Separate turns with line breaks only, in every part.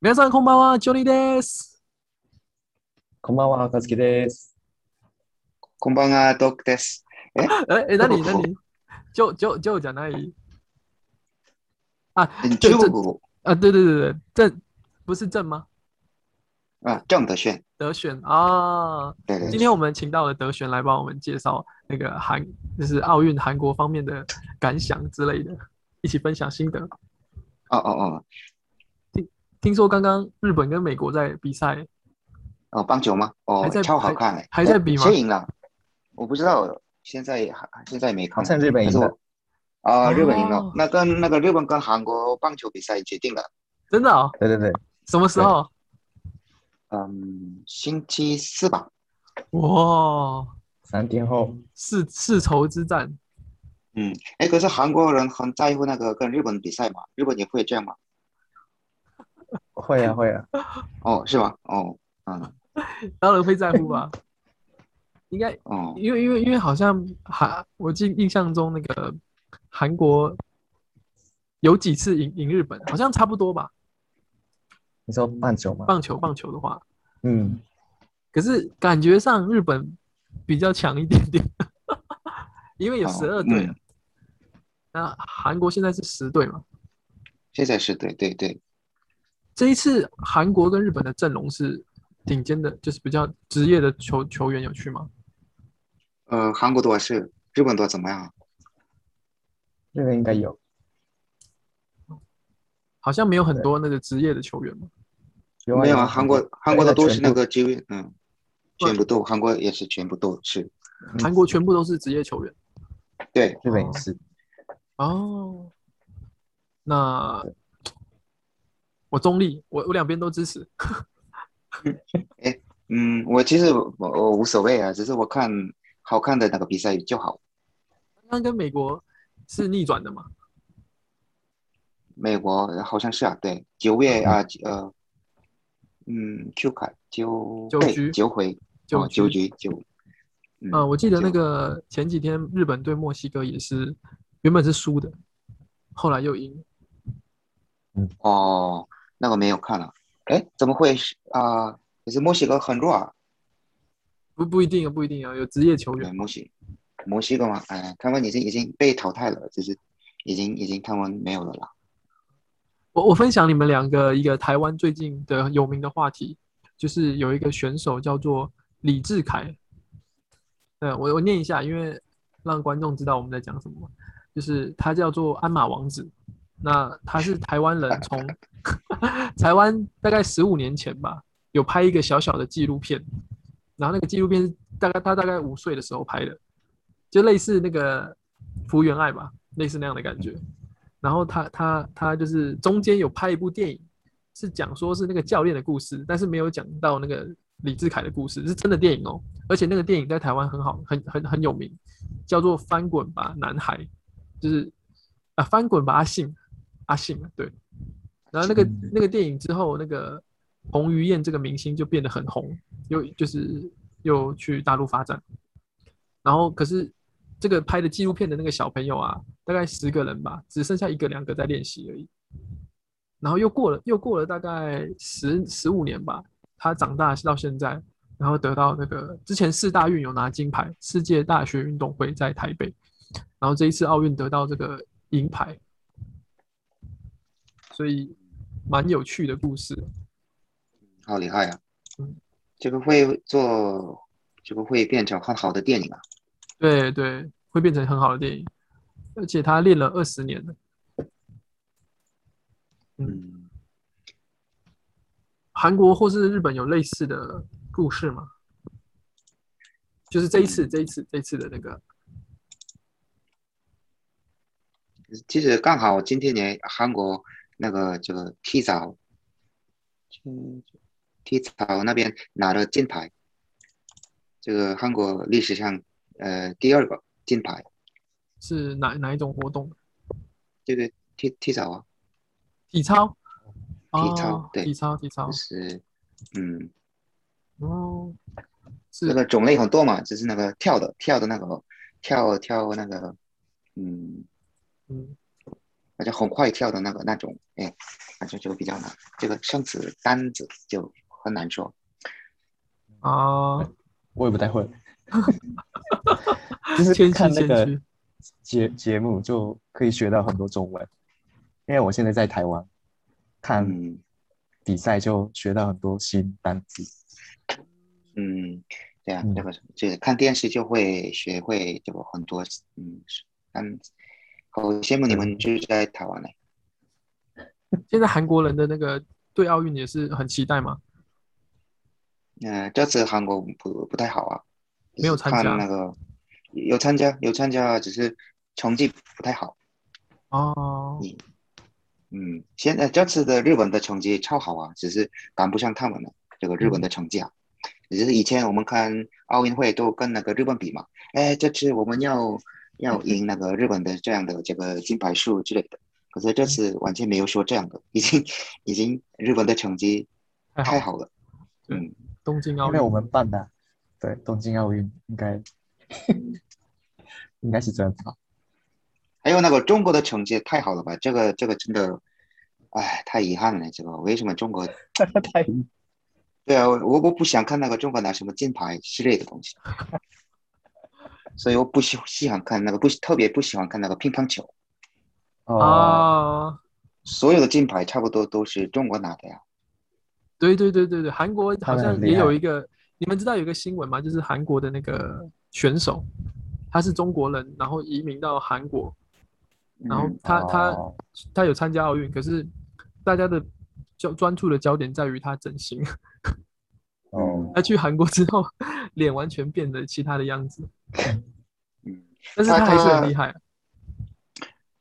皆さんこんばんは、ジョニーです。
こんばんは、あかつきです。
こんばんは、ドックです。
え、え、なになにジョ、ジョ、ジョじゃない
嗯
这
中国語
啊，对对对对，郑不是郑吗？
啊，郑德炫，
德选啊，
对对
今
对，
天我们请到了德选来帮我们介绍那个韩，就是奥运韩国方面的感想之类的，一起分享心得。
哦哦哦，
听说刚刚日本跟美国在比赛，
哦，棒球吗？哦
还在，
超好看嘞！
还还在比吗
谁赢了？我不知道，现在还现在没
好
看。
像日本
但
赢
是
了
我，啊，
哦
日本赢了。那跟那个日本跟韩国棒球比赛决定了，
真的哦？
对对对，
什么时候？
嗯，星期四吧。
哇，
三天后，
世世仇之战，
嗯，哎，可是韩国人很在乎那个跟日本比赛嘛，日本也会这样嘛？
会啊会啊，
哦，是吗？哦，嗯，
当然会在乎 吧？应该
哦，
因为因为因为好像韩，我记印象中那个韩国有几次赢赢日本，好像差不多吧。
你说棒球吗？
棒球棒球的话，
嗯，
可是感觉上日本比较强一点点，因为有
哦
十二队
嗯
啊。那韩国现在是十队嘛？
现在是对对对，
这一次韩国跟日本的阵容是顶尖的，就是比较职业的球球员有去吗？
呃，韩国多还是日本多怎么样啊？
日本应该有，
好像没有很多那个职业的球员嘛。
有
没有啊，韩国韩国的都是那，个职业，嗯，
对
全部都，韩国也是全部都是，
嗯
韩国全部都是职业球员
对，
日本也是，
哦。那我中立，我我两边都支持。
嗯，我其实我我无所谓啊，只是我看好看的那个比赛就好。
刚刚跟美国是逆转的嘛？
美国好像是啊，对，九月啊，呃，嗯，九凯九
九
对
局
九回
就
哦，九局九，嗯
呃，我记得
就
那个前几天日本对墨西哥也是，原本是输的，后来又赢。
哦，那个没有看了，哎，怎么会是啊？可是墨西哥很弱啊，
不不一定啊，不一定啊，有职业球
对，
员。
墨西墨西哥嘛，哎，他们已经已经被淘汰了，就是已经已经他们没有了啦。
我我分享你们两个，一个台湾最近的有名的话题，就是有一个选手叫做李志凯。呃，我我念一下，因为让观众知道我们在讲什么嘛。就是他叫做鞍马王子，那他是台湾人从， 台湾大概十五年前吧，有拍一个小小的纪录片，然后那个纪录片是大概他大概五岁的时候拍的，就类似那个福原爱吧，类似那样的感觉。然后他他他就是中间有拍一部电影，是讲说是那个教练的故事，但是没有讲到那个李志凯的故事，是真的电影哦。而且那个电影在台湾很好，很很很有名，叫做《翻滚吧，男孩》，就是啊，翻滚吧，阿信，阿信，啊对。然后那个
嗯
那个电影之后，那个彭于晏这个明星就变得很红，又就是又去大陆发展。然后可是这个拍的纪录片的那个小朋友啊，大概十个人吧，只剩下一个两个在练习而已。然后又过了又过了大概十十五年吧，他长大到现在，然后得到那个之前四大运有拿金牌，世界大学运动会在台北，然后这一次奥运得到这个银牌，所以蛮有趣的故事。
好厉害呀、
嗯
啊这个会做，这个会变成很好的电影啊。
对对，会变成很好的电影，而且他练了二十年了。
嗯，
韩国或是日本有类似的故事吗？就是这一次，这一次，这一次的那个
嗯其实刚好今天也韩国那个这个体操，嗯体操那边拿了金牌，这个韩国历史上呃第二个金牌，
是哪哪一种活动？
这个体体操啊，
体操，
体操
哦
对
体操，体操
就，是嗯，
哦，是
那个种类很多嘛，就是那个跳的跳的那个跳跳那个嗯
嗯，
而且很快跳的那个那种，哎，反正就比较难。这个生词单子就很难说。
啊，
我也不太会，就是看那个节节目就可以学到很多中文，因为我现在在台湾看
嗯
比赛就学到很多新单词。
嗯，对啊，
嗯
这个这个看电视就会学会这个很多，嗯，单词。好羡慕你
嗯
们住在台湾呢。
现在韩国人的那个对奥运也是很期待嘛，
嗯、这次韩国不不太好啊，
没有参加
看那个有参加有参加，只是成绩不太好。
哦，
嗯，现在这次的日本的成绩超好啊，只是赶不上他们了。这个日
嗯
本的成绩啊，只是以前我们看奥运会都跟那个日本比嘛，哎，这次我们要要赢那个日本的这样的这个金牌数之类的。可是这次完全没有说这样的，已经已经日本的成绩
太哎好
太
了，
好了。嗯，
东京奥
哎因
运
为我们办的，对，东京奥运应该 应该是这样吧。
还有那个中国的成绩也太好了吧？这个这个真的，哎，太遗憾了。这个为什么中国？
太
对啊，我我不想看那个中国拿什么金牌之类的东西， 所以我不喜喜欢看那个不特别不喜欢看那个乒乓球，
哦，
啊，
所有的金牌差不多都是中国拿的呀。
对对对对对，韩国好
他们
像
很厉
也有
害
一个，你们知道有一个新闻吗？就是韩国的那个选手，他是中国人，然后移民到韩国，然后
嗯
他、他
哦
他有参加奥运，可是大家的焦专注的焦点在于他整形，
哦，
他去韩国之后，脸完全变得其他的样子，
嗯，
但是
他
他还是
他
很厉害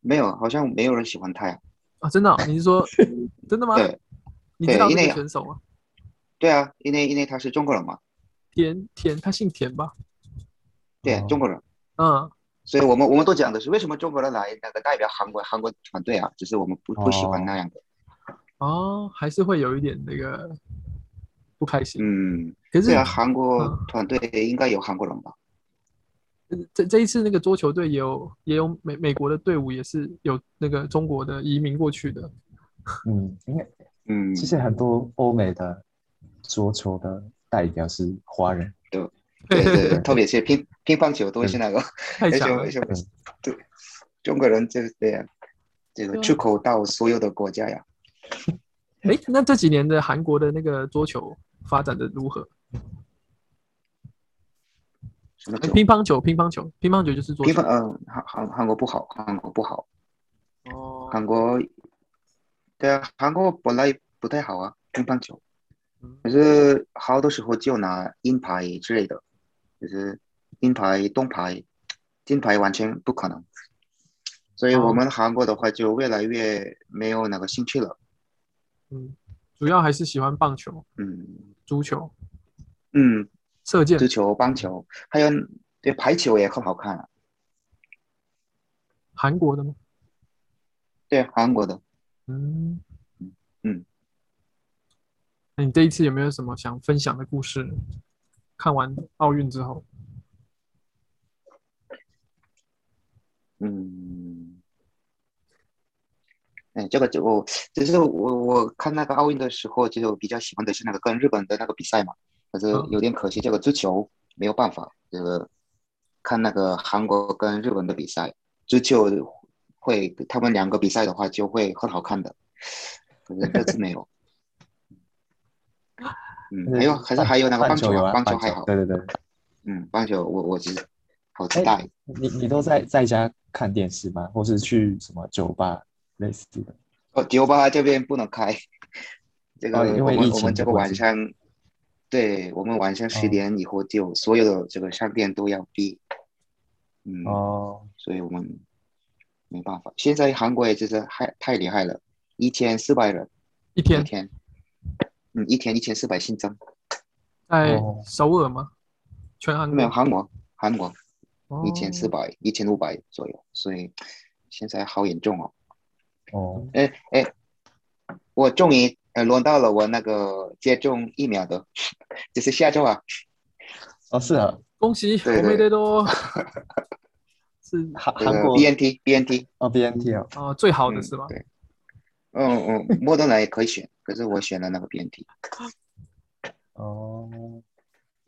没有，好像没有人喜欢他呀。
啊！真的哦、你是 说真的吗？
对
你知道
对
这
因
个
为
选手吗？
对啊，因为因为他是中国人嘛，
田田，他姓田吧？
对、
哦
中国人，
嗯，
所以我们我们都讲的是为什么中国人来那个代表韩国韩国团队啊，只是我们不不喜欢那样的。
哦，还是会有一点那个不开心。
嗯，
可是
对啊，韩国
嗯
团队应该有韩国人吧？
这这一次那个桌球队也有也有美美国的队伍也是有那个中国的移民过去的，
嗯，应该
嗯，
其实很多欧美的桌球的代表是华人，
对对对，
对
特别是乒乒乓球都是那个。
太
而
强
且
了
为。什么
嗯
对中国人就是这样，这个
对啊
出口到所有的国家呀？
哎，那这几年的韩国的那个桌球发展的如何？
什么
呃
球？
乒乓球，乒乓球，乒乓球就是桌
乒
球
乓，。嗯，韩韩韩国不好，韩国不好，
哦，
韩国，对啊，韩国本来不太好啊，乒乓球，
嗯
可是好多时候就拿银牌之类的，就是银牌、铜牌、金牌完全不可能，所以我们韩国的话就越来越没有那个兴趣了，
嗯，主要还是喜欢棒球、
嗯
足球、
嗯，
射箭
足。球、棒球，还有对排球也很好看啊。
韩国的吗？
对，韩国的，
嗯
嗯。
那你这一次有没有什么想分享的故事呢？看完奥运之后，
嗯，哎，这个就我，只是我我看那个奥运的时候，就比较喜欢的是那个跟日本的那个比赛嘛，可是
嗯
有点可惜，这个足球没有办法，这个看那个韩国跟日本的比赛，足球会他们两个比赛的话就会很好看的，可是这次没有。嗯，还有还是还有那个
棒
棒球
有
啊，
啊，
棒
棒
球还好，
对对对，
嗯，棒球我我只是好
哎
期待。
你你都在在家看电视吗？或是去什么酒吧类似的？
哦，酒吧这边不能开，这个
哦因为
我们
疫
我
情
们这
的
个
关
晚
系
上，对，我们晚上十
哦
点以后就所有的这个商店都要闭，嗯，
哦，
所以我们没办法。现在韩国也就是太太厉害了，一千四百人
一
每
天
天，嗯，一天一千四百新增，
在
哦
首尔吗？全韩
没有
国
韩国韩国
哦
一千四百一千五百左右，所以现在好严重哦。
哦，
哎哎，我终于呃轮到了我那个接种疫苗的， 就是下周啊，
哦，是啊，
恭喜，
对
我没得
对
多。哦是
韩
这个
韩国
BNT BNT，
哦 BNT 啊，
啊、最好的
嗯
是吧？
对，嗯 嗯，莫德纳也可以选，可是我选了那个 BNT。
哦，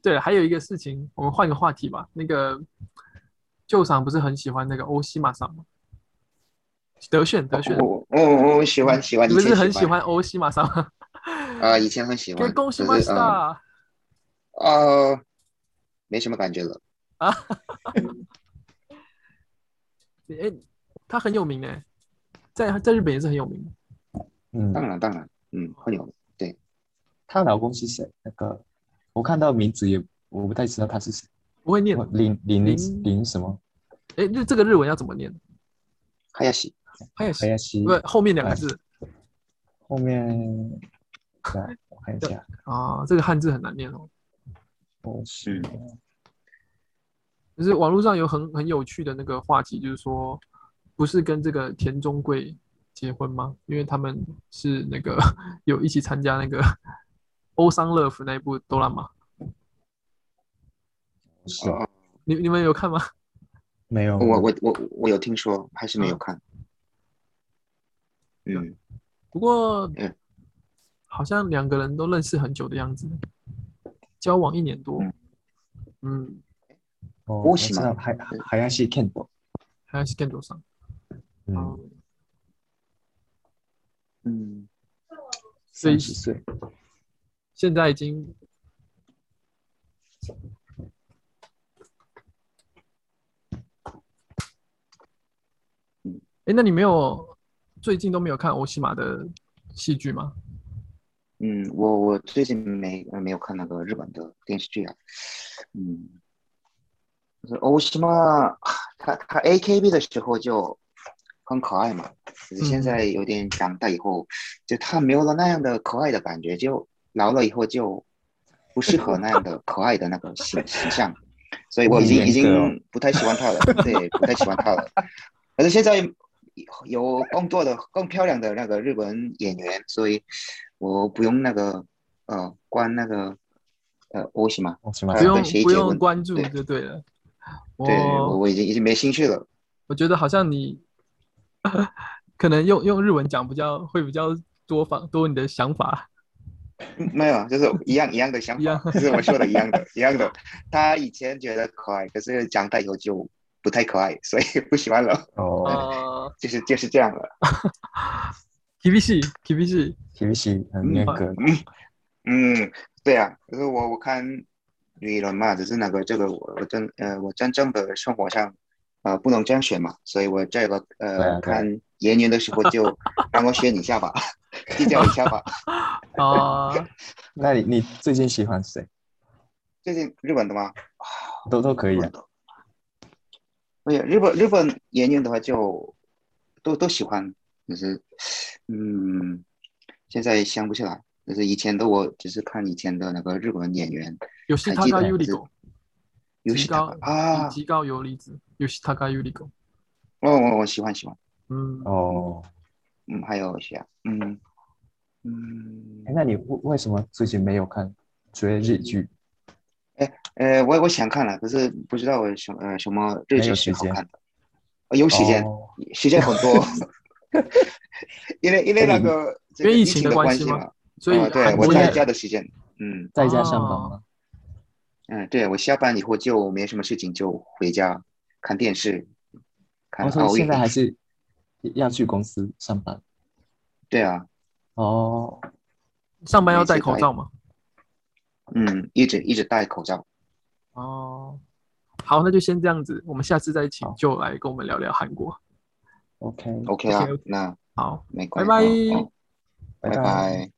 对了，还有一个事情，我们换个话题吧。那个旧赏不是很喜欢那个欧西马桑吗？德炫，德炫，
哦我我我喜欢喜欢，
嗯你
以
不
前
是很喜欢欧西马桑吗？
啊？以前很喜
给
欢，
恭喜
可
马
是嗯
萨
呃，没什么感觉了。
啊！哎，他很有名哎，在在日本也是很有名的。
嗯，
当然当然，嗯，会有
她老公是谁？那个我看到名字也我不太知道他是谁，
不会念
我，林林
林
林什么？
哎，日这个日文要怎么念？
哈亚西，
还有
还要西
不后面两个字
后面，来我看一下，
啊，这个汉字很难念哦。
我是
就是网络上有很很有趣的那个话题，就是说，不是跟这个田中贵结婚吗？因为他们是那个有一起参加那个欧桑乐福那一部《哆啦 A 梦》，
我是哦
哦
你你们有看吗？
没有哦
我我我我有听说，还是没有看。嗯，
不过
嗯，
好像两个人都认识很久的样子，交往一年多
嗯。
嗯，
哦
我
我
喜
知
欢
道还还要是 Ken 的，
还是更多上。
嗯，
嗯，
嗯，
所以
三十岁，
现在已经
嗯。
哎，那你没有最近都没有看欧西马的戏剧吗？
嗯，我我最近没呃没有看那个日本的电视剧啊，嗯，就是哦欧西嘛，他他 AKB 的时候就很可爱嘛，可是现
嗯
在有点长大以后，就他没有了那样的可爱的感觉，就老了以后就不适合那样的可爱的那个 形形象，所以我已经已
严格哦
经不太喜欢他了，对，不太喜欢他了。可是现在有更多的、更漂亮的那个日本演员，所以我不用那个呃关那个呃欧西嘛，
哦我喜欢
啊
不用
跟谁
不
结
用
婚
关注
对
就对了。
对我
我
我已经已经没兴趣了。
我觉得好像你 可能用用日文讲比较会比较多方多你的想法。
嗯没有，就是一样一样的想
一样
法，就是我说的一样的，一样的。他以前觉得可爱，可是长大以后就不太可爱，所以不喜欢了，
哦
呃
就是就是这样了。
，TBC TBC，
，TVC 很
嗯
严格，
嗯，对啊，可是我我看理论嘛，只是那个这个我我真呃我真正的生活上，呃不能这样选嘛，所以我这个
对
呃
啊对啊
看演员的时候就让我选一下吧， 比较一下吧。
啊，
那你你最近喜欢谁？
最近日本的吗？啊
都都可
日
以
本
啊，
的，哎呀，日本日本演员的话就都都喜欢，可是嗯，现在想不起来，就是以前的我只是看以前的那个日本演员，
有西塔
还记
卡
得
尤里
是
狗，
尤
极
其
高
啊，
极高游离子，有西塔卡尤里狗。
我我我喜欢喜欢。
嗯，
哦，
嗯，还有一些，嗯嗯
哎诶，那你为为什么最近没有看追日剧？
呃，我我想看了，可是不知道什么呃什么日
没
剧
有
是
时
好
间
看的，呃有时间，
哦
时间很 多，因为因为那个
因
这个
为疫
疫
情
情
的
的
关
关
系
系
吗
嘛，
所以
啊对
韩
我
国
在
也
家的时间，嗯
在家上班吗？
嗯，对我下班以后就没什么事情，就回家看电视，看
我说
奥运
哦现，在还是要去公司上班
对啊，
哦，
上班要戴口罩嘛。
嗯，一直一直戴口罩，
哦，好，那就先这样子，我们下次再请
好
就来跟我们聊聊韩国。
OK，
OK 啊
OK，OK，
那
好，
没
拜
关系，
拜。
哦，哦拜
拜拜
拜。